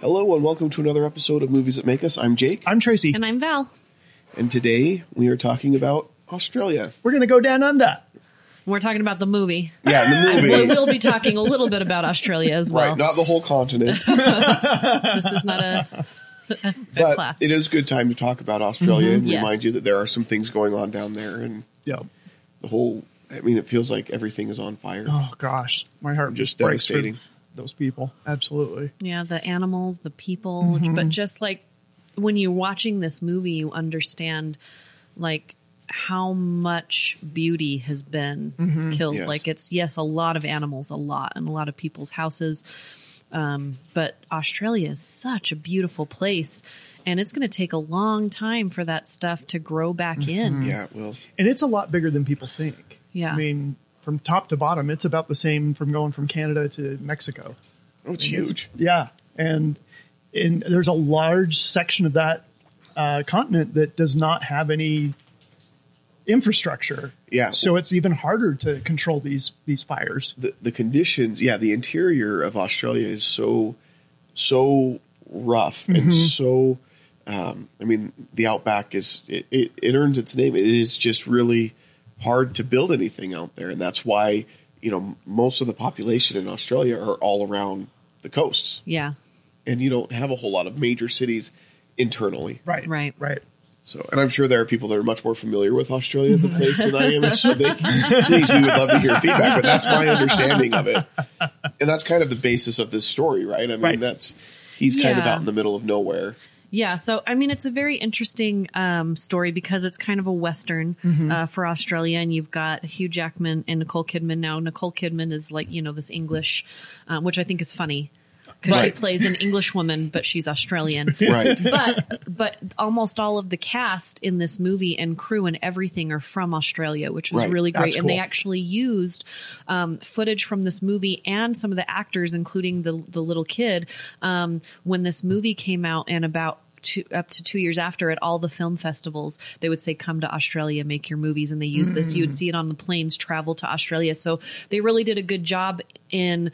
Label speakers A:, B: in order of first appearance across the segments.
A: Hello and welcome to another episode of Movies That Make Us. I'm Jake,
B: I'm Tracy.
C: And I'm Val.
A: and today we are talking about Australia.
B: We're going to go down under.
C: We're talking about the movie.
A: Yeah, the movie.
C: We will be talking a little bit about Australia as well.
A: Right, not the whole continent,
C: this is not a, a
A: but
C: class.
A: it is a good time to talk about Australia and
C: yes.
A: remind you that there are some things going on down there and
B: Yeah.
A: the whole. I mean, it feels like everything is on fire.
B: Oh gosh, my heart
A: Just
B: just breaks for
A: devastating.
B: those people. Absolutely.
C: Yeah, the animals, the people,
A: Mm-hmm.
C: but just like when you're watching this movie, you understand like how much beauty has been killed.
A: Mm-hmm. Yes.
C: Like it's yes, a lot of animals, a lot, and a lot of people's houses. Um, but Australia is such a beautiful place, and it's going to take a long time for that stuff to grow back
A: Mm-hmm.
C: in.
A: Yeah, well,
B: And it's a lot bigger than people think.
C: Yeah.
B: I mean, from top to bottom, it's about the same from going from Canada to Mexico.
A: oh, it's huge.
B: Yeah. And and there's a large section of that uh, continent that does not have any infrastructure.
A: Yeah.
B: So it's even harder to control these these fires.
A: the the conditions, yeah, the interior of Australia is so so rough and so. Um, I mean, the outback is it, it, it earns its name. It is just really hard to build anything out there, and that's why you know most of the population in Australia are all around the coasts,
C: Yeah,
A: and you don't have a whole lot of major cities internally.
B: Right.
C: Right.
B: Right.
A: So, and I'm sure there are people that are much more familiar with Australia, the place, than I am. and So, they, please, we would love to hear feedback, but that's my understanding of it, and that's kind of the basis of this story, right? I mean,
B: Right.
A: that's he's kind of
C: Yeah.
A: out in the middle of nowhere.
C: Yeah, so I mean, it's a very interesting um, story because it's kind of a western
A: Mm-hmm.
C: uh, for Australia, and you've got Hugh Jackman and Nicole Kidman. Now, Nicole Kidman is like you know this English, um, which I think is funny because
A: Right.
C: she plays an English woman, but she's Australian.
A: Right.
C: But but almost all of the cast in this movie and crew and everything are from Australia, which was
A: Right.
C: really great.
B: That's
C: And they
B: cool.
C: actually used um, footage from this movie and some of the actors, including the the little kid, um, when this movie came out and about. Two, up to two years after at all the film festivals they would say come to australia make your movies and they use this you would see it on the planes travel to australia so they really did a good job in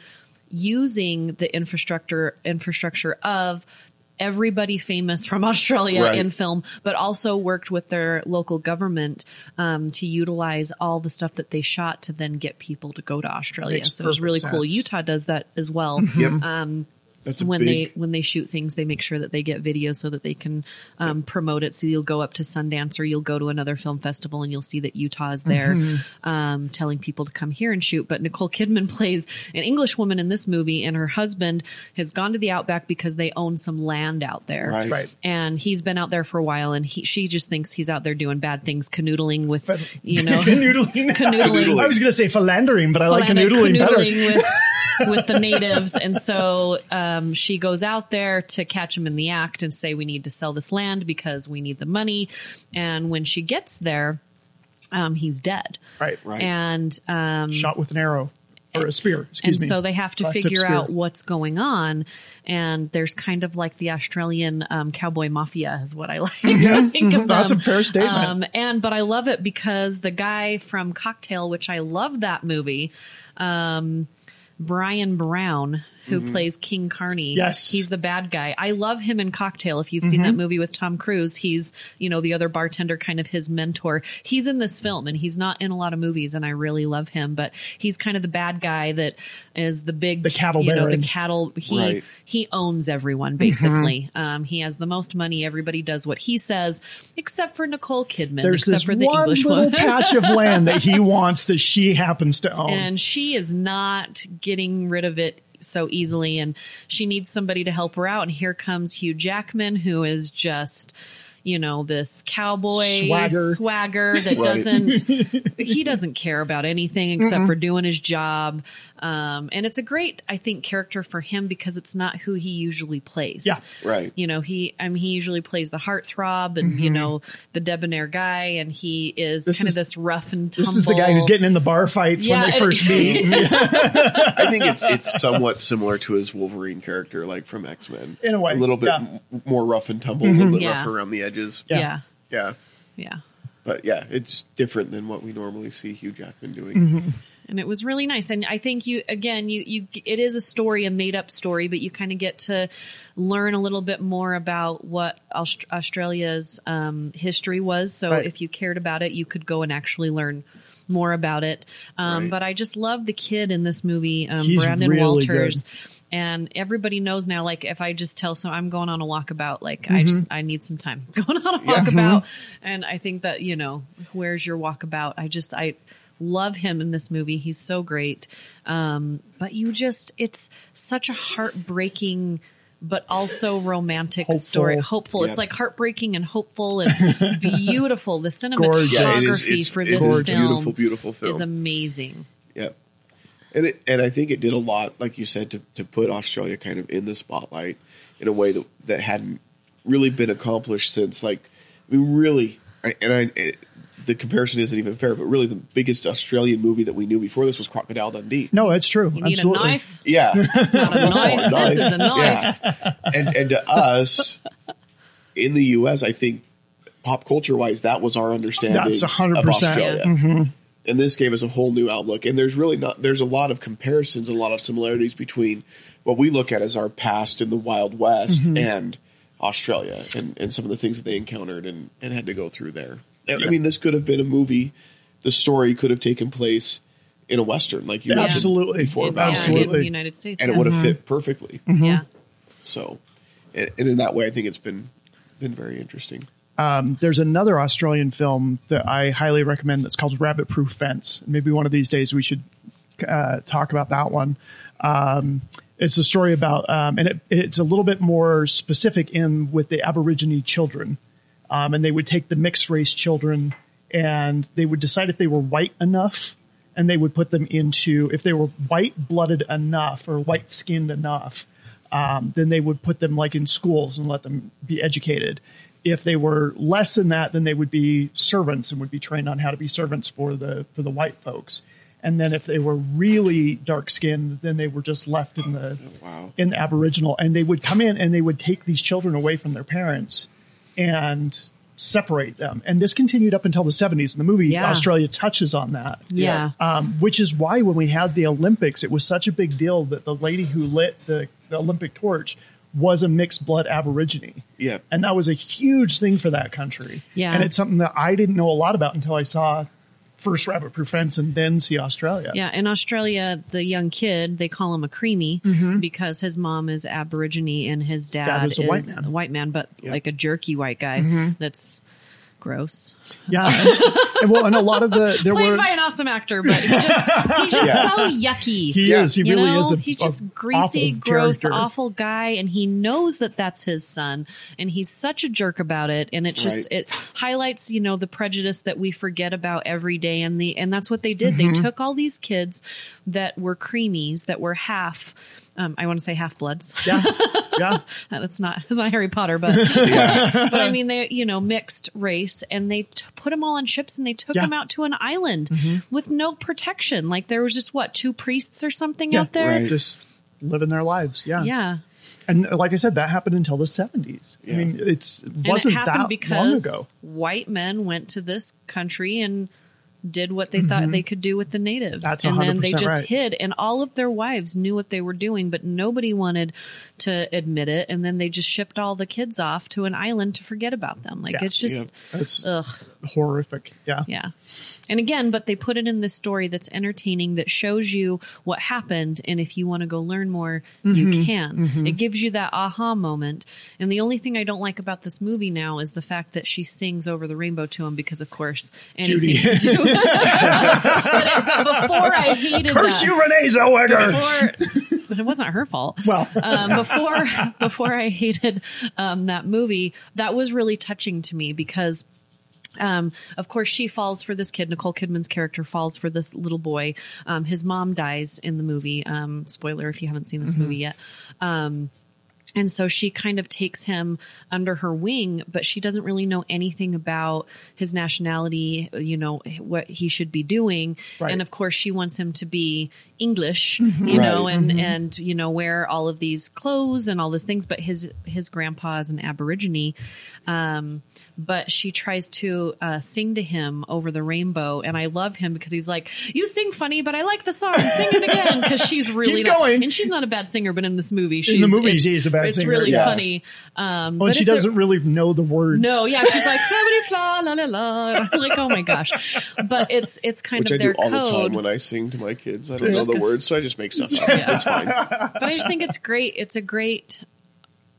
C: using the infrastructure infrastructure of everybody famous from Australia
A: Right.
C: in film, but also worked with their local government um, to utilize all the stuff that they shot to then get people to go to Australia.
B: Makes
C: so it was
B: perfect
C: really cool.
B: sense.
C: Utah does that as well. Um,
A: That's a
C: when
A: big.
C: they when they shoot things, they make sure that they get video so that they can um, promote it. So you'll go up to Sundance or you'll go to another film festival and you'll see that Utah is there, um, telling people to come here and shoot. But Nicole Kidman plays an English woman in this movie, and her husband has gone to the outback because they own some land out there.
A: Right.
B: Right.
C: And he's been out there for a while, and he, she just thinks he's out there doing bad things, canoodling with, you know,
B: Canoodling.
C: Canoodling.
B: I was going to say philandering, but I like
C: Planet
B: canoodling, better.
C: canoodling with with the natives and so um, she goes out there to catch him in the act and say we need to sell this land because we need the money and when she gets there um, he's dead
B: Right.
A: Right.
C: and um,
B: Shot with an arrow or a spear. Excuse
C: and
B: me.
C: so they have to
B: Plastic
C: figure
B: spear.
C: out what's going on and there's kind of like the australian um, cowboy mafia is what i like to think of
B: That's
C: them.
B: a fair statement.
C: um, and but i love it because the guy from cocktail which i love that movie um, brian brown who plays King Carney?
B: Mm-hmm. Yes. Mm-hmm.
C: he's the bad guy. I love him in Cocktail. If you've seen that movie with Tom Cruise, he's you know the other bartender, kind of his mentor. He's in this film, and he's not in a lot of movies, and I really love him. But he's kind of the bad guy that is the big
B: The cattle
C: you know,
B: baron.
C: the cattle. He
A: Right.
C: he owns everyone basically.
B: Mm-hmm.
C: Um, he has the most money. Everybody does what he says, except for Nicole Kidman,
B: There's
C: except
B: this
C: for the
B: one
C: English
B: little
C: one.
B: patch of land that he wants that she happens to own.
C: and she is not getting rid of it so easily and she needs somebody to help her out and here comes Hugh Jackman who is just you know this cowboy
B: Swagger.
C: swagger that
A: Right.
C: doesn't he doesn't care about anything except for doing his job um, and it's a great i think character for him because it's not who he usually plays
B: Yeah.
A: Right.
C: you know he i mean he usually plays the heartthrob and you know the debonair guy and he is
B: Mm-hmm. This
C: kind
B: is-
C: of this rough and tumble
B: this is the guy who's getting in the bar fights
C: Yeah,
B: when they
C: and-
B: first meet.
A: I think it's it's somewhat similar to his Wolverine character, like from X Men,
B: In a way,
A: a little bit
B: yeah.
A: m- more rough and tumble, a little bit
C: Mm-hmm. Yeah.
A: rough around the edges.
B: Yeah.
C: yeah.
A: yeah.
C: Yeah. Mm-hmm.
A: But yeah, it's different than what we normally see Hugh Jackman doing.
C: and it was really nice and i think you again you you it is a story a made up story but you kind of get to learn a little bit more about what Aust- australia's um, history was so
B: Right.
C: if you cared about it you could go and actually learn more about it um,
A: Right.
C: but i just love the kid in this movie um,
B: He's
C: brandon
B: really
C: walters And everybody knows now, like if I just tell some, I'm going on a walkabout, like I just, I need some time going on a
A: Mm-hmm. Yeah. Mm-hmm.
C: walkabout. And I think that, you know, where's your walkabout? I just, I love him in this movie. He's so great. Um, but you just, it's such a heartbreaking, but also romantic
B: Hopeful.
C: story. Hopeful.
A: Yeah.
C: It's like heartbreaking and hopeful and beautiful. The cinematography
B: Gorgeous. Yeah,
A: it is, it's,
C: for
A: it
C: this
A: is a
C: film
A: beautiful, beautiful film.
C: is amazing.
A: Yeah. And it, and I think it did a lot, like you said, to, to put Australia kind of in the spotlight in a way that that hadn't really been accomplished since, like, I mean, really. I, and I, it, the comparison isn't even fair, but really, the biggest Australian movie that we knew before this was Crocodile Dundee.
B: No, it's true.
C: You need
B: Absolutely.
C: a knife.
A: Yeah, it's
C: not a knife. This is a knife.
A: Yeah. And and to us in the U.S., I think pop culture wise, that was our understanding.
B: That's 100%.
A: of Australia.
C: Mm-hmm.
A: And this gave us a whole new outlook. And there's really not there's a lot of comparisons, a lot of similarities between what we look at as our past in the Wild West
B: Mm-hmm.
A: and Australia, and and some of the things that they encountered and and had to go through there. I- I mean, this could have been a movie. The story could have taken place in a western, like you mentioned
B: Absolutely.
A: before
C: In,
A: about it
C: yeah, in the
B: Absolutely. Mm-hmm.
C: United States.
A: and it
C: yeah.
A: would have fit perfectly.
C: Yeah.
A: So, and and in that way, I think it's been been very interesting.
B: there's another Australian film that I highly recommend that's called Rabbit Proof Fence. Maybe one of these days we should uh, talk about that one. Um, it's a story about, um, and it, it's a little bit more specific in with the Aborigine children. Um, and they would take the mixed race children and they would decide if they were white enough and they would put them into, if they were white blooded enough or white skinned enough, um, then they would put them like in schools and let them be educated. If they were less than that, then they would be servants and would be trained on how to be servants for the for the white folks. And then if they were really dark skinned, then they were just left in the
A: Wow.
B: in the Aboriginal, and they would come in and they would take these children away from their parents and separate them. And this continued up until the 70s. And the movie
C: Yeah.
B: Australia touches on that
C: Yeah.
B: um, which is why when we had the Olympics, it was such a big deal that the lady who lit the, the Olympic torch was a mixed blood Aborigine.
A: Yeah.
B: And that was a huge thing for that country.
C: Yeah.
B: And it's something that I didn't know a lot about until I saw first Rabbit Proof Fence and then see Australia.
C: Yeah, in Australia, the young kid they call him a creamy because his mom is Aborigine and his dad,
B: was Mm-hmm. a white man. Mm-hmm.
C: but like a jerky white guy that's gross.
B: Yeah. and, and well, and a lot of the, there
C: Played
B: were,
C: by an awesome actor, but he just, he's just so yucky.
B: he
A: Yeah.
B: is, he
C: you
B: really
C: know,
B: is a,
C: he's
B: a
C: just greasy,
B: awful
C: gross,
B: character.
C: awful guy, and he knows that that's his son, and he's such a jerk about it. And it just
A: Right.
C: it highlights, you know, the prejudice that we forget about every day, and the and that's what they did. They
B: Mm-hmm.
C: took all these kids that were creamies, that were half, um, I want to say half bloods. Uh,
B: Yeah. Yeah.
C: that's not it's not Harry Potter, but but I mean they you know mixed race, and they t- put them all on ships and they took
B: Yeah. Mm-hmm.
C: them out to an island with no protection. Like there was just what two priests or something
B: Yeah.
C: out there.
A: Right.
B: Just living their lives. Yeah.
C: Yeah.
B: And uh, like I said, that happened until the 70s.
A: Yeah.
B: I mean, it's,
C: And
B: wasn't
C: it happened
B: that
C: because
B: long ago.
C: white men went to this country and did what they thought they could do with the natives.
B: Mm-hmm. That's
C: and then they
B: 100%
C: just
B: right.
C: hid and all of their wives knew what they were doing, but nobody wanted to admit it. And then they just shipped all the kids off to an island to forget about them. Like
B: Yeah.
C: it's just
B: That's
C: ugh.
B: horrific. Yeah.
C: Yeah. And again, but they put it in this story that's entertaining that shows you what happened. And if you want to go learn more,
B: Mm-hmm.
C: you can. It gives you that aha moment. And the only thing I don't like about this movie now is the fact that she sings over the rainbow to him because, of course, anything
B: Judy.
C: to do. but, it- but before I hated
B: Curse
C: that
B: you, Renee Zellweger.
C: before, but it wasn't her fault.
B: Well.
C: um, before before I hated um, that movie, that was really touching to me because. Um, of course, she falls for this kid. Nicole Kidman's character falls for this little boy. Um, his mom dies in the movie. Um, spoiler if you haven't seen this movie yet. Um, and so she kind of takes him under her wing, but she doesn't really know anything about his nationality, you know, what he should be doing.
B: Right. Mm-hmm.
C: And of course, she wants him to be English, you know,
A: Right.
C: and and you know, wear all of these clothes and all these things, but his his grandpa is an aborigine. Um but she tries to uh, sing to him over the rainbow, and I love him because he's like, "You sing funny, but I like the song. Sing it again." Because she's really
B: Keep
C: not-
B: going.
C: and she's not a bad singer, but in this movie, she's
B: In the movie,
C: it's,
B: she's a bad
C: it's
B: singer,
C: really
A: yeah.
C: funny. Um,
B: Well,
C: but
B: she
C: it's a-
B: doesn't really know the words.
C: no, yeah, she's like "Flippity fla la la la," And I'm like oh my gosh, but it's it's kind
A: Which
C: of
A: I do
C: their
A: all the
C: code.
A: time when I sing to my kids. I don't know
C: There's
A: the
C: good-
A: words, so I just make stuff up.
C: Yeah.
A: It's fine.
C: but I just think it's great. It's a great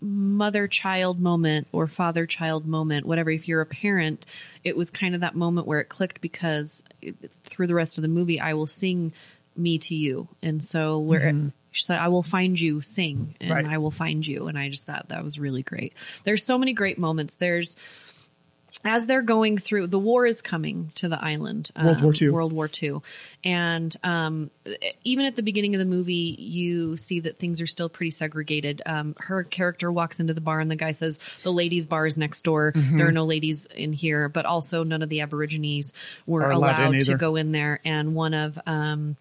C: mother child moment or father child moment, whatever. If you're a parent, it was kind of that moment where it clicked because it, through the rest of the movie, I will sing me to you, and so where.
A: Mm-hmm.
C: She said, I will find you, sing, and
B: Right.
C: I will find you. And I just thought that was really great. There's so many great moments. There's, as they're going through, the war is coming to the island.
B: World War
C: um,
B: II.
C: World War II. And um, even at the beginning of the movie, you see that things are still pretty segregated. Um, her character walks into the bar, and the guy says, The ladies' bar is next door.
B: Mm-hmm.
C: There are no ladies in here, but also none of the Aborigines were
B: Are allowed in
C: allowed to
B: either.
C: go in there. And one of um,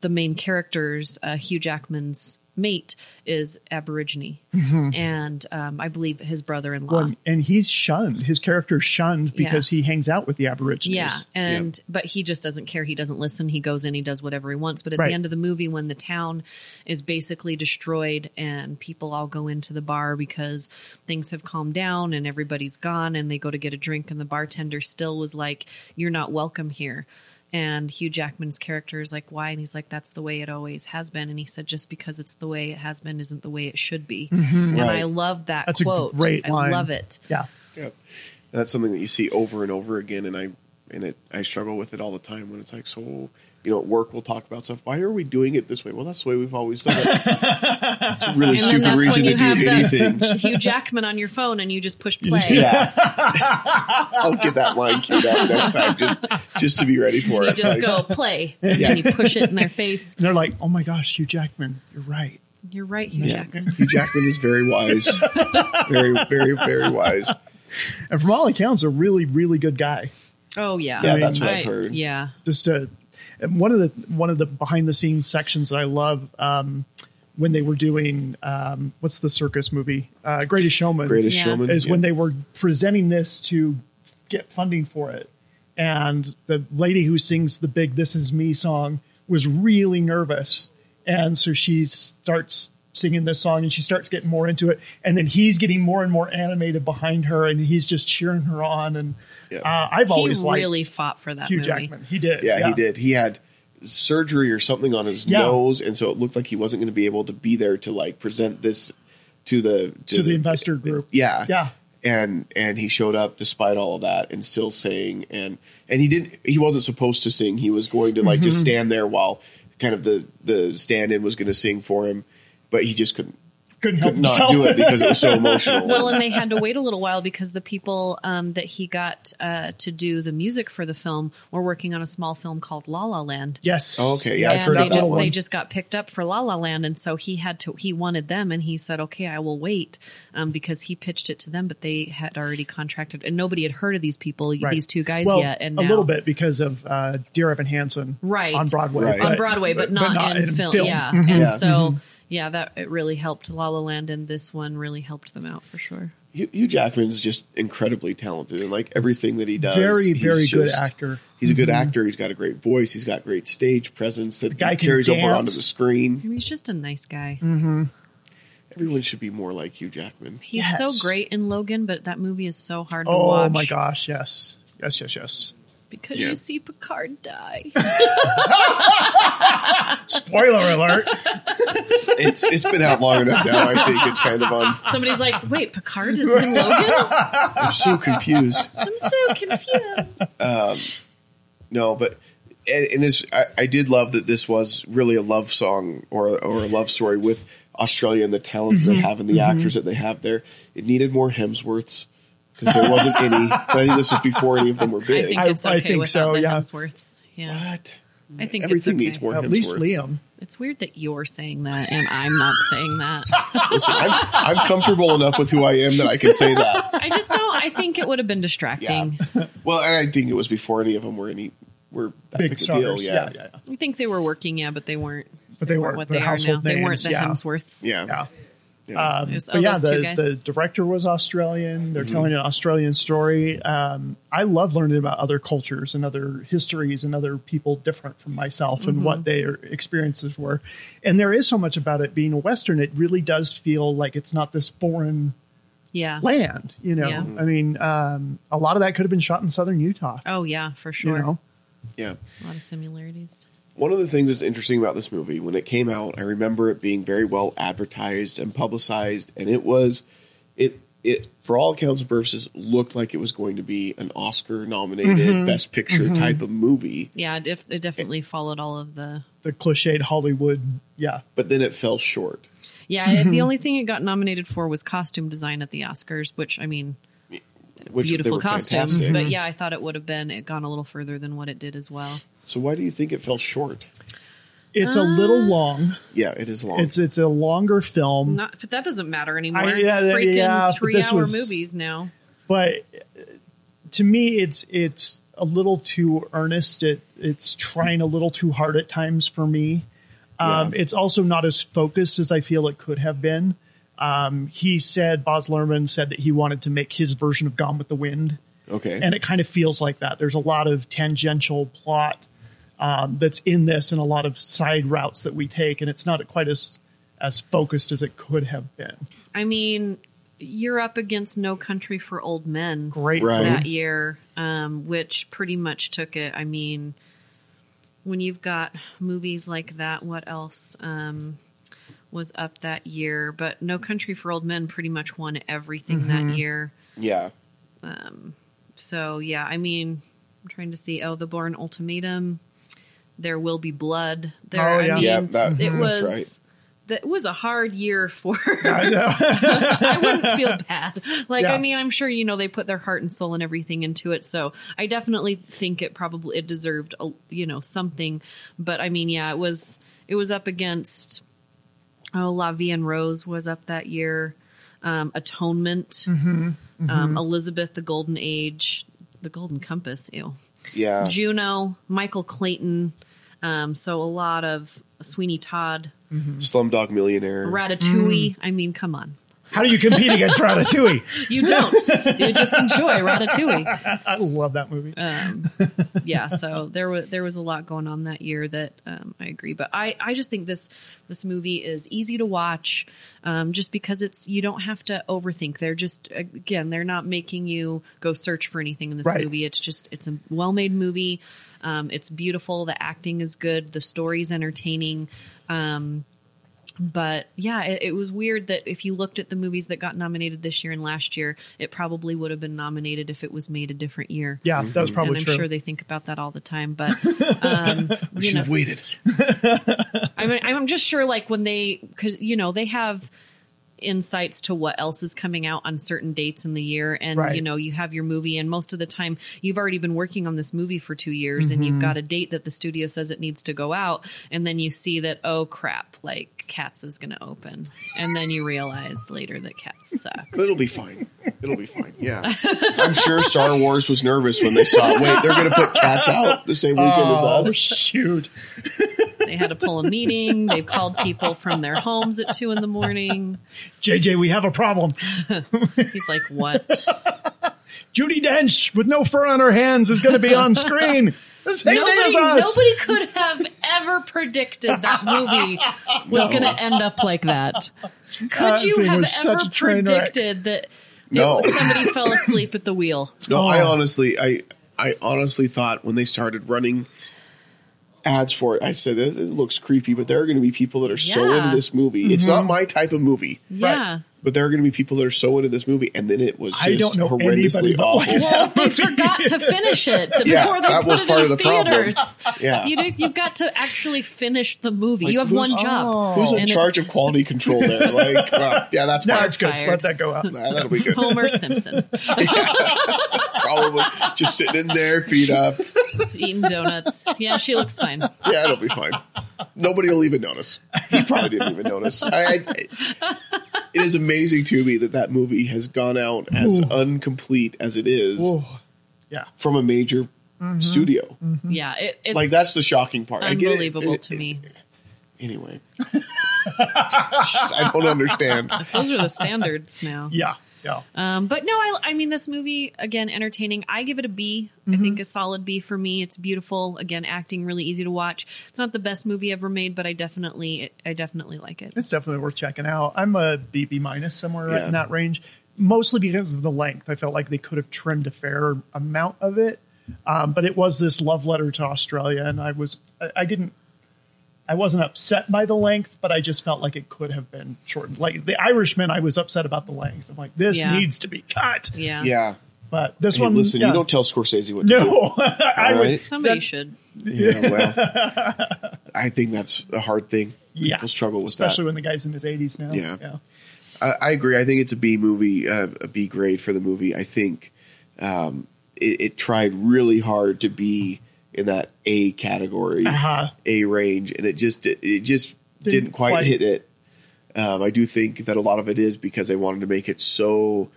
C: the main characters, uh, Hugh Jackman's mate, is Aborigine, and um, I believe his brother-in-law.
B: Mm-hmm. Well, and he's shunned. His character's shunned because he hangs out with the Aborigines.
C: yeah, and but he just doesn't care. He doesn't listen. He goes in. He does whatever he wants. But at
B: Right.
C: the end of the movie, when the town is basically destroyed and people all go into the bar because things have calmed down and everybody's gone, and they go to get a drink, and the bartender still was like, "You're not welcome here." And Hugh Jackman's character is like, why? And he's like, that's the way it always has been. And he said, just because it's the way it has been isn't the way it should be. And
A: Right.
C: I love that
B: Mm-hmm. That's a
C: quote.
B: great line.
C: I love it.
B: Yeah.
A: Yeah. That's something that you see over and over again and I and it I struggle with it all the time when it's like so you know at work we'll talk about stuff. Why are we doing it this way? Well that's the way we've always done it. it's a really
C: And then
A: stupid
C: that's
A: reason
C: when
A: to
C: you have
A: do anything.
C: the Hugh Jackman on your phone and you just push play.
A: yeah. I'll get that line queued up next time just just to be ready for
C: You
A: it.
C: just
A: Like,
C: go play and then you push it in their face.
B: And they're like, oh my gosh, Hugh Jackman, you're right.
C: You're right, Hugh
A: yeah.
C: Jackman.
A: Hugh Jackman is very wise. very, very, very wise.
B: And from all accounts, a really, really good guy.
C: Oh yeah.
A: Yeah,
C: I mean,
A: that's what I've
C: I-
A: heard.
C: Yeah.
B: Just a, and one of the one of the behind the scenes sections that I love um, when they were doing um, what's the circus movie, uh, Greatest Showman.
A: Greatest
C: Yeah.
A: showman.
B: is
A: yeah.
B: when they were presenting this to get funding for it. And the lady who sings the big This Is Me song was really nervous. And so she starts singing this song and she starts getting more into it. And then he's getting more and more animated behind her and he's just cheering her on. And
A: Yeah.
B: uh, I've
C: He
B: always liked
C: really fought for that
B: Hugh
C: movie.
B: Jackman. He did.
A: Yeah, he did. He had surgery or something on his
B: Yeah.
A: nose, and so it looked like he wasn't going to be able to be there to like present this to the
B: To the investor group.
A: Yeah,
B: Yeah.
A: And and he showed up despite all of that, and still sang. And and he didn't. He wasn't supposed to sing. He was going to like
B: Mm-hmm.
A: just stand there while kind of the the stand in was going to sing for him, but he just couldn't
B: Couldn't help
A: could not
B: himself.
A: do it because it was so emotional.
C: Well, and they had to wait a little while because the people um, that he got uh, to do the music for the film were working on a small film called La La Land.
B: Yes.
A: Oh, okay. Yeah, I've
C: and
A: heard
C: they
A: of that
C: just
A: one.
C: they just got picked up for La La Land, and so he had to he wanted them, and he said, "Okay, I will wait," um, because he pitched it to them, but they had already contracted, and nobody had heard of these people,
B: Right.
C: these two guys
B: Well,
C: yet, and
B: a
C: now-
B: little bit because of uh, Dear Evan Hansen,
C: Right.
B: on Broadway,
A: Right. Mm-hmm.
C: on Broadway, but, not, in, film. Yeah,
B: Mhm.
C: and
A: Yeah.
C: so yeah, that it really helped La La Land, and this one really helped them out for sure.
A: Hugh Hugh Jackman's just incredibly talented, and like everything that he does,
B: Very,
A: he's
B: very good
A: just-
B: actor. Mm-hmm.
A: He's a good actor. He's got a great voice. He's got great stage presence that
B: guy can
A: carries over
B: dance.
A: onto the screen.
C: He's just a nice guy.
B: Mm.
A: Everyone should be more like Hugh Jackman.
C: He's
B: Yes.
C: so great in Logan, but that movie is so hard to
B: Oh
C: watch.
B: my gosh, yes. Yes, yes, yes.
C: Because
A: Yeah.
C: you see Picard die.
B: Spoiler alert.
A: It's it's been out long enough now. I think it's kind of on.
C: Somebody's like, "Wait, Picard is in Logan."
A: I'm so confused.
C: I'm so confused.
A: No, but and, and this I, I did love that this was really a love song or or a love story with Australia and the talents that they
B: Mm-hmm.
A: have and the actors that they have there. It needed more Hemsworths because there wasn't any. But I think this was before any of them were
C: I
A: big.
C: think
B: I-
C: it's
B: I
C: okay
B: think
C: without
B: so,
C: the
B: yeah.
C: Hemsworths. Yeah,
A: what?
C: I think
A: Everything
C: it's okay.
A: needs more
B: At least
A: Hemsworths.
B: Liam.
C: It's weird that you're saying that and I'm not saying that.
A: Listen, I'm, I'm comfortable enough with who I am that I can say that.
C: I just don't. I think it would have been distracting.
A: Well, and I think it was before any of them were any were that big,
B: Big
A: a
B: stars.
A: deal. Yeah,
B: yeah, yeah.
C: I think they were working, yeah, but they weren't.
B: But they weren't
C: what
B: the
C: they are now.
B: household
C: They weren't
B: names,
C: the
B: yeah.
C: Hemsworths.
A: yeah.
B: yeah.
A: Yeah.
B: Um,
C: It was-
B: but
C: oh,
B: yeah,
C: those two
B: the,
C: guys.
B: the director was Australian. They're telling an Australian story. Um, I love learning about other cultures and other histories and other people different from myself and
C: Mm-hmm.
B: what their experiences were. And there is so much about it being a Western. It really does feel like it's not this foreign
C: Yeah.
B: land. You know,
C: Yeah.
B: I mean, um, a lot of that could have been shot in southern Utah.
C: Oh yeah, for
B: you
C: sure.
B: know,
A: yeah.
C: A lot of similarities.
A: One of the things that's interesting about this movie, when it came out, I remember it being very well advertised and publicized, and it was, it it for all accounts and purposes, looked like it was going to be an Oscar nominated
B: Mm-hmm.
A: Best Picture type of movie,
C: Yeah, it, def- it definitely followed all of the.
B: the cliched Hollywood. Yeah.
A: but then it fell short.
C: Yeah, it-
B: Mm-hmm.
C: the only thing it got nominated for was costume design at the Oscars, which I mean,
A: Which they
C: beautiful
A: were
C: costumes.
A: fantastic.
B: Mm-hmm.
C: But yeah, I thought it would have been it gone a little further than what it did as well.
A: So why do you think it fell short?
B: It's
C: Ah.
B: a little long.
A: Yeah, it is long.
B: It's it's a longer film.
C: Not, but that doesn't matter anymore.
B: I- yeah, yeah,
C: Freaking
B: yeah, but
C: three
B: this
C: hour
B: was-
C: movies now.
B: but uh, to me it's it's a little too earnest it it's trying a little too hard at times for me um,
A: Yeah.
B: it's also not as focused as i feel it could have been um, he said boz lerman said that he wanted to make his version of gone with the wind
A: okay.
B: and it kind of feels like that there's a lot of tangential plot um, that's in this and a lot of side routes that we take and it's not quite as as focused as it could have been
C: I mean, you're up against No Country for Old Men.
B: great
A: Right.
C: that year, um, which pretty much took it. I mean, when you've got movies like that, what else um, was up that year? But No Country for Old Men pretty much won everything
B: Mm-hmm.
C: that year.
A: yeah.
C: So, yeah, I mean, I'm trying to see. Oh, The Born Ultimatum, There Will Be Blood. There,
B: Oh, yeah.
C: I mean,
A: Yeah, that-
C: it
A: that's
C: was.
A: right.
C: That was a hard year for
B: I know.
C: I wouldn't feel bad. Like,
B: Yeah.
C: I mean, I'm sure you know they put their heart and soul and everything into it. So I definitely think it probably it deserved a, you know something. But I mean, yeah, it was it was up against oh La Vie and Rose was up that year, um, Atonement, Um, Elizabeth, The Golden Age, The Golden Compass. Ew.
A: Yeah.
C: Juno, Michael Clayton. Um, so a lot of Sweeney Todd,
A: Slumdog Millionaire.
C: Ratatouille. I mean, come on.
B: How do you compete against Ratatouille?
C: You don't. you just enjoy Ratatouille.
B: I love that movie.
C: Yeah. So there was there was a lot going on that year that um, I agree. But I I just think this this movie is easy to watch, um, just because it's you don't have to overthink. They're just again they're not making you go search for anything in this
B: Right.
C: movie. It's just it's a well made movie. Um, it's beautiful. The acting is good. The story's entertaining. Um, but yeah, it, it was weird that if you looked at the movies that got nominated this year and last year, it probably would have been nominated if it was made a different year.
B: yeah, that was probably
C: and I'm
B: true.
C: sure they think about that all the time. But um,
A: We
C: you
A: should
C: know,
A: have waited.
C: I mean, I'm just sure like when they because you know they have insights to what else is coming out on certain dates in the year and
B: Right.
C: you know you have your movie and most of the time you've already been working on this movie for two years and
B: Mm-hmm.
C: you've got a date that the studio says it needs to go out and then you see that oh crap like cats is gonna open and then you realize later that cats suck
A: But it'll be fine. It'll be fine. Yeah. I'm sure Star Wars was nervous when they saw, wait, they're going to put cats out the same weekend
B: Oh
A: as us.
B: shoot!
C: they had to pull a meeting they called people from their homes at two in the morning
B: JJ, we have a problem.
C: he's like what
B: Judy Dench with no fur on her hands is going to be on screen. The same day
C: nobody,
B: as us.
C: nobody could have ever predicted that movie
A: No.
C: was going to end up like that. Could
B: That
C: you
B: thing
C: have
B: Uh, was such
C: ever
B: a train wreck.
C: predicted that
A: No.
C: it was somebody fell asleep at the wheel?
A: No, I honestly, I, I honestly thought when they started running ads for it, I said, it, it looks creepy, but there are going to be people that are so
C: Yeah.
A: into this movie. It's not
B: Mm-hmm.
A: my type of movie.
C: Yeah.
A: But there are going to be people that are so into this movie, and then it was just
B: I don't know anybody
A: horrendously
B: that liked
A: awful.
B: that
C: Well, they
B: movie.
C: forgot to finish it before
A: Yeah,
C: they
A: that
C: put
A: was
C: it
A: part
C: in
A: of the problem.
C: theaters.
A: Yeah.
C: You did, you got to actually finish the movie. you have
A: who's-
C: one
B: oh.
C: job.
A: Who's in
C: and
A: charge
C: it's
A: of quality control there? Like, well, yeah, that's
B: No,
A: fine.
B: it's good.
C: Fired.
B: Let that go out.
A: Nah, that'll be good.
C: Homer Simpson
A: Probably just sitting in there, feet up.
C: eating donuts. Yeah, she looks fine.
A: Yeah, it'll be fine. Nobody will even notice. He probably didn't even notice. I, I- it is amazing to me that that movie has gone out as
B: Ooh.
A: incomplete as it is
B: Whoa. Yeah,
A: from a major studio.
B: Mm-hmm.
C: Yeah, it, it's
A: Like that's the shocking part. I get it.
C: unbelievable
A: It-
C: to
A: it-
C: me.
A: Anyway, I don't understand.
C: Those are the standards now.
B: Yeah. Yeah.
C: Um, but no, I, I mean, this movie, again, entertaining. I give it a B. I
B: Mm-hmm.
C: think a solid B for me. It's beautiful. Again, acting really easy to watch. It's not the best movie ever made, but I definitely, I definitely like it.
B: It's definitely worth checking out. I'm a B B minus somewhere
A: Yeah.
B: in that range, mostly because of the length. I felt like they could have trimmed a fair amount of it, um, but it was this love letter to Australia, and I was I, I didn't I wasn't upset by the length, but I just felt like it could have been shortened. Like The Irishman, I was upset about the length. I'm like, this
C: Yeah.
B: needs to be cut.
C: Yeah.
A: Yeah.
B: But this
A: Hey,
B: one,
A: listen,
B: Um, yeah.
A: you don't tell Scorsese what to do.
B: No, I
A: All
B: would.
A: right?
C: Somebody
B: That-
C: should.
A: Yeah, well, I think that's a hard thing.
B: Yeah,
A: People struggle with
B: especially
A: that.
B: when the guy's in his 80s now.
A: Yeah.
B: yeah.
A: I, I agree. I think it's a B movie, uh, a B grade for the movie. I think um, it, it tried really hard to be in that A category,
B: Uh-huh.
A: A range, and it just it, it just didn't,
B: Didn't
A: quite,
B: quite-
A: hit it. Um, I do think that a lot of it is because they wanted to make it so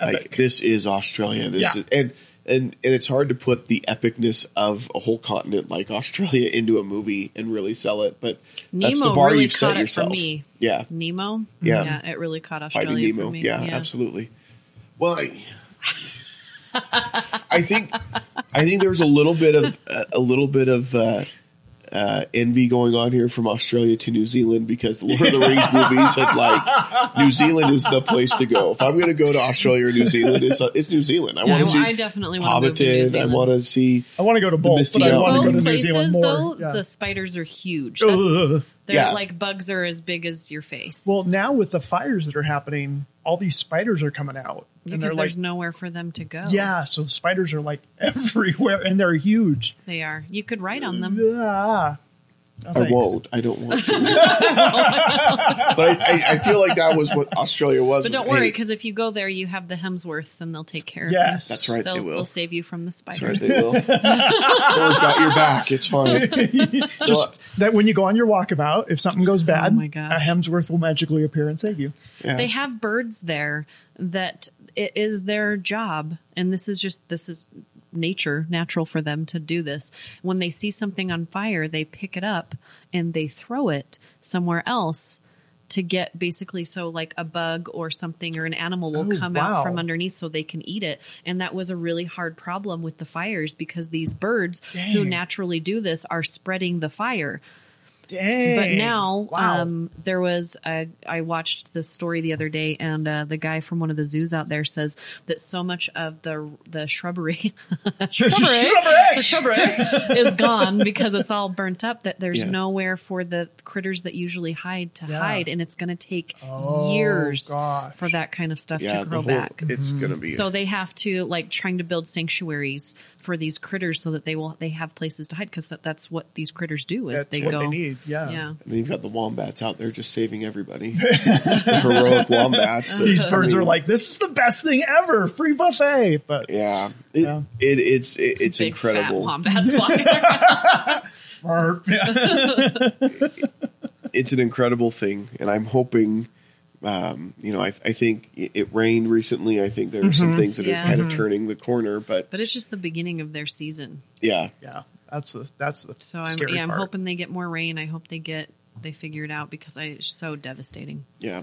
A: like
B: Epic.
A: this is Australia. This
B: Yeah.
A: is and. And, and it's hard to put the epicness of a whole continent like Australia into a movie and really sell it, but that's the
C: Nemo
A: bar
C: really
A: you've set
C: caught it for
A: yourself.
C: me.
A: Yeah,
C: Nemo.
A: Yeah.
C: It really caught
A: Finding
C: Australia
A: Nemo.
C: for me.
A: Yeah, absolutely. Well, I, I think I think there was a little bit of a, a little bit of uh, uh, envy going on here from Australia to New Zealand because the Lord of the Rings movies had like New Zealand is the place to go. If I'm going to go to Australia or New Zealand, it's uh, it's New Zealand. I want
C: I-
A: to see.
C: I definitely wanna move to New
A: Hobbiton. I
C: Zealand.
A: want to see.
B: I want to go to both,
A: Misty
B: but I
A: Elm.
B: want to go to
C: Both
B: New Zealand
C: places,
B: more.
C: though,
B: Yeah.
C: the spiders are huge. That's,
B: Ugh.
C: they're
A: Yeah.
C: like bugs are as big as your face.
B: Well, now with the fires that are happening, all these spiders are coming out,
C: because
B: and they're
C: there's
B: like,
C: nowhere for them to go.
B: yeah. So spiders are like everywhere, and they're huge.
C: They are. You could write on them.
B: Ah. No,
A: I
B: thanks.
A: won't. I don't want to. but I, I, I feel like that was what Australia was.
C: But
A: was,
C: don't worry,
A: hey,
C: because if you go there, you have the Hemsworths, and they'll take care
B: Yes,
A: that's
C: of you.
A: right.
C: They'll,
A: they will.
C: they'll save you from the
A: Sorry,
C: spiders.
A: they will. Thor's got your back. It's fine.
B: Just that when you go on your walkabout, if something goes bad,
C: Oh my
B: a
C: gosh.
B: Hemsworth will magically appear and save you.
A: Yeah.
C: They have birds there that it is their job, and this is just this is nature natural for them to do this. When they see something on fire, they pick it up and they throw it somewhere else to get basically so like a bug or something or an animal will
B: Oh,
C: come
B: wow.
C: out from underneath so they can eat it and that was a really hard problem with the fires because these birds who
B: Dang.
C: naturally do this are spreading the fire
B: Dang!
C: but now
B: wow.
C: um, there was a, i watched the story the other day and uh, the guy from one of the zoos out there says that so much of the the shrubbery
B: Shrubbery!
C: is gone because it's all burnt up that there's
A: Yeah.
C: nowhere for the critters that usually hide to
B: Yeah.
C: hide and it's going to take
B: Oh,
C: years
B: gosh.
C: for that kind of stuff
A: yeah,
C: to
A: the
C: grow
A: whole-
C: back
A: It's gonna be.
C: so they have to like trying to build sanctuaries for these critters so that they will they have places to hide because that's what these critters do is
B: That's
C: they
B: what
C: go
B: they need. Yeah.
C: yeah
A: and then you've got the wombats out there just saving everybody. The heroic wombats.
B: These
A: I
B: birds are
A: mean,
B: like, this is the best thing ever, free buffet. But
A: Yeah, it,
B: Yeah.
A: It, it's it, it's
C: big fat
A: incredible.
C: wombats walking around.
B: Yeah.
A: It's an incredible thing, and I'm hoping. Um, you know, I, I think it, it rained recently. I think there are
B: Mm-hmm.
A: some things that
C: Yeah.
A: are kind of turning the corner, but
C: But it's just the beginning of their season.
A: yeah,
B: yeah, that's the that's the
C: So I'm,
B: scary
C: yeah, I'm
B: part.
C: hoping they get more rain. I hope they get they figure it out because I, it's so devastating.
A: yeah,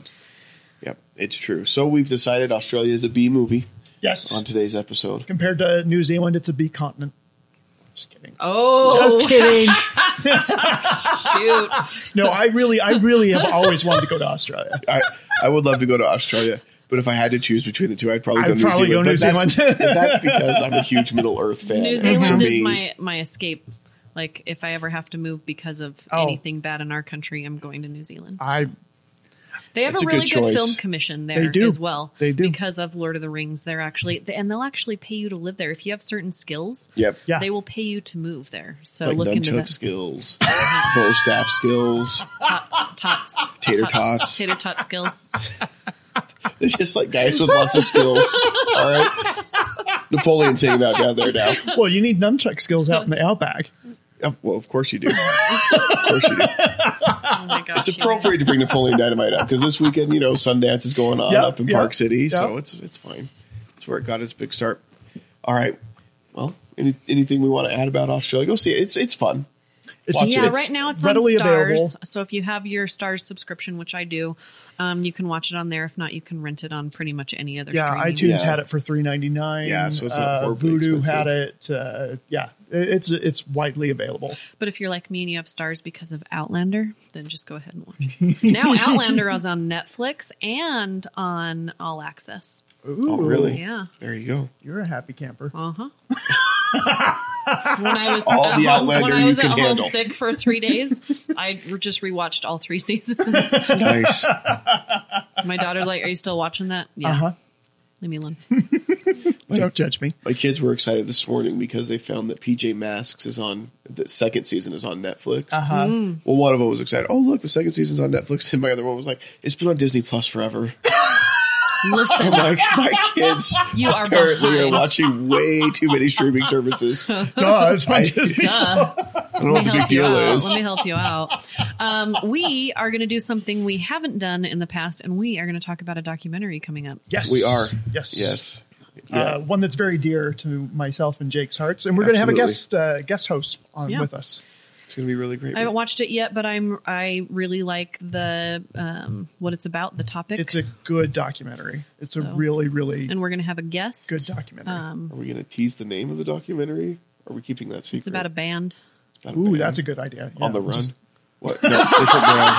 A: yeah, it's true. So we've decided Australia is a B movie
B: yes.
A: on today's episode.
B: Compared to New Zealand, it's a B continent. Just kidding.
C: Oh,
B: Just kidding.
C: shoot.
B: no, I really, I really have always wanted to go to Australia.
A: I, I would love to go to Australia, but if I had to choose between the two, I'd probably go
B: I'd
A: New
B: probably
A: Zealand. but
B: go New
A: that's,
B: Zealand.
A: but that's because I'm a huge Middle Earth fan.
C: New
A: And
C: Zealand
A: for
C: is
A: me-
C: my my escape. Like if I ever have to move because of
B: Oh.
C: anything bad in our country, I'm going to New Zealand.
B: I
C: They have
A: That's
C: a
A: a good
C: really good,
A: choice.
C: film commission there
B: do.
C: as well.
B: They do.
C: because of Lord of the Rings. They're actually and they'll actually pay you to live there if you have certain skills.
A: Yep.
B: Yeah.
C: they will pay you to move there. So
A: Like
C: look into
A: nunchuck
C: that.
A: skills, bow staff skills,
C: Tots,
A: tater tots.
C: tater tot skills. Oh
A: It's just like guys with lots of skills. All right. Napoleon saying that down there now.
B: well, you need nunchuck skills out in the outback.
A: Yeah, Well, of course you do. Of course you do.
C: Oh my gosh.
A: It's appropriate to bring Napoleon Dynamite up because this weekend, you know, Sundance is going on
B: Yep,
A: up in
B: yep,
A: Park City, so
B: yep.
A: it's it's fine. It's where it got its big start. All right. Well, any, anything we want to add about Australia? Go see it. It's it's fun.
B: It's,
A: Watch it.
C: yeah,
B: it's
C: right now it's on
B: readily
C: Stars.
B: available.
C: So if you have your Stars subscription, which I do, um, you can watch it on there. If not, you can rent it on pretty much any other.
B: Yeah,
C: streaming.
B: iTunes
A: Yeah.
B: had it for three ninety nine.
A: Yeah, so it's not
B: uh,
A: horribly
B: Voodoo had it. Uh, yeah, it- it's it's widely available.
C: But if you're like me and you have Stars because of Outlander, then just go ahead and watch. it. now Outlander is on Netflix and on All Access.
B: Ooh,
A: Oh, really?
C: Yeah.
A: There you go.
B: You're a happy camper.
C: Uh huh. when I was
A: All
C: at
A: the
C: home,
A: Outlander
C: when I
A: you
C: was
A: can
C: at
A: handle.
C: home sick for three days, I re- just rewatched all three seasons.
A: Nice.
C: My daughter's like, "Are you still watching that?" Yeah,
B: Uh huh.
C: leave me alone.
B: Don't judge me.
A: My kids were excited this morning because they found that PJ Masks is on the second season is on Netflix.
B: Uh huh.
A: Well, one of them was excited. Oh, look, the second season's on Netflix, and my other one was like, "It's been on Disney Plus forever."
C: Listen,
A: Like my kids
C: you are
A: apparently are
C: behind.
A: watching way too many streaming services. I
B: Duh, it's my Disney.
C: Duh.
A: don't know what the
C: Let me
A: big
C: help you
A: deal
C: out.
A: is.
C: Let me help you out. Um, we are going to do something we haven't done in the past, and we are going to talk about a documentary coming up.
B: Yes,
A: We are.
B: Yes,
A: Yes.
B: Uh, one that's very dear to myself and Jake's hearts, and we're going to have a
A: Absolutely.
B: guest uh, guest host on
C: Yeah.
B: with us.
A: It's going to be really great.
C: I haven't watched it yet, but I'm I really like the um, what it's about, the topic,
B: It's a good documentary. It's a
C: So-
B: really, really
C: and um, we're going to have a guest.
B: good documentary.
A: Are we going to tease the name of the documentary? Are we keeping that secret?
C: It's about a band.
A: About
B: Ooh,
A: band
B: that's a good idea.
A: on the
B: Yeah,
A: run.
B: just-
A: What? No, different brand.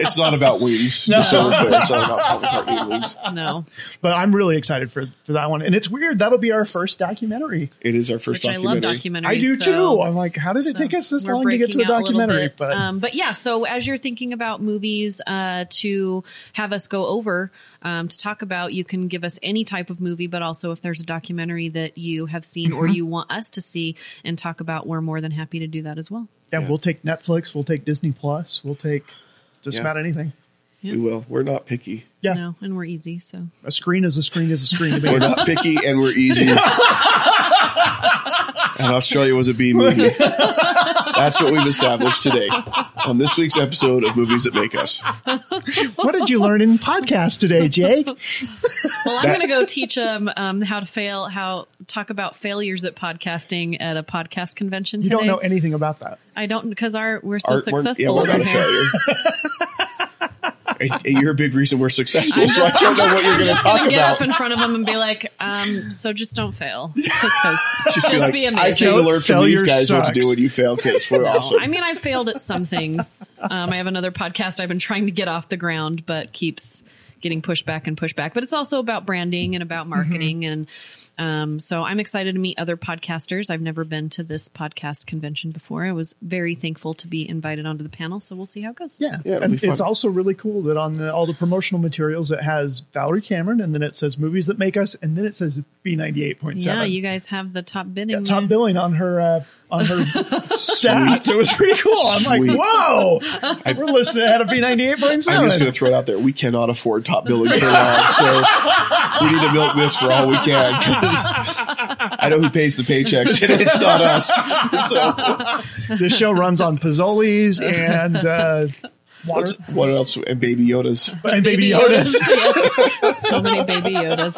A: it's not about wings. Just so we're clear. It's not about Paul McCartney and wings.
C: No,
B: But I'm really excited for, for that one, and it's weird. That'll be our first documentary.
A: It is our first
C: which I love
A: documentary.
C: documentaries.
B: I do
C: so-
B: too. I'm like, how did it take us this
C: We're
B: long to get to a
C: breaking out little
B: documentary?
C: bit.
B: But
C: um, but yeah, so as you're thinking about movies uh, to have us go over um, to talk about, you can give us any type of movie, but also if there's a documentary that you have seen
B: Mm-hmm.
C: or you want us to see and talk about, we're more than happy to do that as well.
B: yeah,
A: yeah.
B: we'll take Netflix, we'll take Disney Plus, we'll take just
A: Yeah.
B: about anything.
A: We will. We're not picky.
B: Yeah,
C: You know, and we're easy. So
B: a screen is a screen is a screen.
A: We're
B: To
A: not picky and we're easy. and Australia was a B movie. That's what we've established today on this week's episode of Movies That Make Us.
B: be. what did you learn in podcast today, Jake?
C: well, I'm going to go teach them um, how to fail, how talk about failures at podcasting at a podcast convention.
B: You
C: today.
B: don't know anything about that.
C: I don't because our we're
A: Our-
C: so
A: we're-
C: successful.
A: yeah, we're
C: over
A: not a
C: here.
A: failure. And- and you're a big reason we're successful,
C: I'm
A: so
C: just-
A: I don't know what you're going
C: I'm
A: to
C: just
A: talk
C: gonna get
A: about.
C: up in front of them and be like, um, so just don't fail. Because
A: just be
C: just
A: like,
C: be amazing.
A: I take
B: Fail-
A: alert from these
B: failure
A: guys what to
B: sucks.
A: do when you fail kids. We're awesome.
C: I mean, I failed at some things. Um, I have another podcast I've been trying to get off the ground, but keeps getting pushed back and pushed back. But it's also about branding and
A: Mm-hmm.
C: about marketing. And um, so I'm excited to meet other podcasters. I've never been to this podcast convention before. I was very thankful to be invited onto the panel. So we'll see how it goes.
B: Yeah,
A: Yeah, it'll
B: and
A: be fun.
B: it's also really cool that on the, all the promotional materials it has Valerie Cameron, and then it says movies that make us, and then it says B ninety eight point
C: Yeah,
B: seven.
C: you guys have the top bidding.
B: Yeah, Tom
C: there.
B: Billing on her uh, on her stats. It was pretty cool. I'm
A: Sweet.
B: like, whoa, we're listed ahead of B ninety eight point
A: I'm just going
B: seven.
A: to throw it out there. We cannot afford top billing for long, so we need to milk this for all we can. 'cause I know who pays the paychecks, and it's not us. So
B: This show runs on Pozzolis and uh, water
A: what's, what else? And Baby Yoda's.
B: and Baby Yodas.
C: Yes. so many baby Yodas.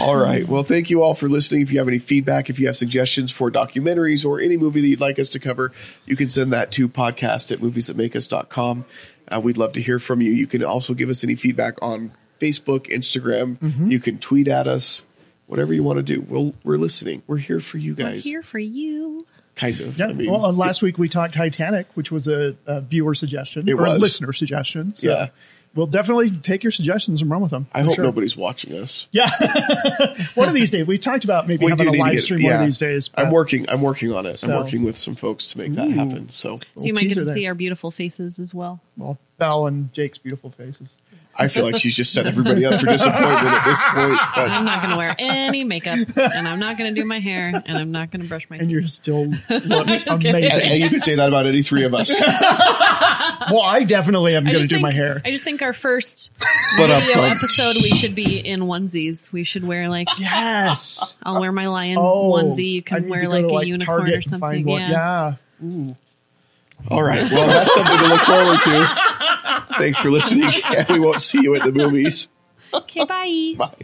A: All right. Well, thank you all for listening. If you have any feedback, if you have suggestions for documentaries or any movie that you'd like us to cover, you can send that to podcast at moviesthatmakeus.com. Uh, we'd love to hear from you. You can also give us any feedback on Facebook, Instagram.
B: Mm-hmm.
A: You can tweet at us, whatever you want to do. We'll, we're listening. We're here for you
C: We're
A: guys.
C: here for you.
A: Kind of.
B: Yeah.
A: I mean,
B: well, and last week we talked Titanic, which was a, a viewer suggestion
A: It
B: or
A: was.
B: a listener suggestion. So
A: Yeah.
B: We'll definitely take your suggestions and run with them.
A: I
B: for
A: hope
B: sure.
A: nobody's watching us.
B: One of these days, we talked about maybe
A: We
B: having
A: do need
B: a
A: to
B: live
A: get-
B: stream one
A: yeah.
B: of these days.
A: I'm
B: but-
A: working. I'm working on it. I'm
B: So-
A: working with some folks to make that happen. So
C: So you might get
B: teaser
C: to
B: there.
C: see our beautiful faces as well.
B: Well, Belle and Jake's beautiful faces.
A: I feel like she's just set everybody up for disappointment at this point. But
C: I'm not going to wear
B: Ah.
C: any makeup, and I'm not going to do my hair, and I'm not going to brush my
B: And
C: teeth.
B: you're still looked
C: just kidding.
B: amazing.
A: and you could say that about any three of us.
B: Well, I definitely am
C: I
B: going to
C: just
B: do
C: think-
B: my hair.
C: I just think our first
A: But
C: video
A: um,
C: episode, we should be in onesies. We should wear like
B: yes.
C: I'll wear my lion
B: Oh,
C: onesie. You
B: I
C: can
B: need
C: wear
B: to go
C: like
B: to,
C: a unicorn
B: Target
C: or
B: and
C: something.
B: find one.
C: Yeah.
B: yeah.
A: All right. Well, that's something to look forward to. Thanks for listening. And we won't see you at the movies.
C: Okay. Bye.
A: Bye.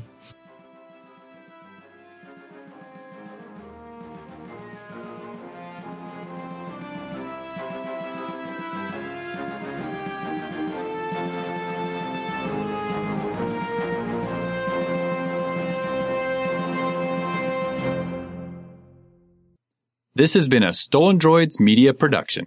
D: This has been a Stolen Droids Media production.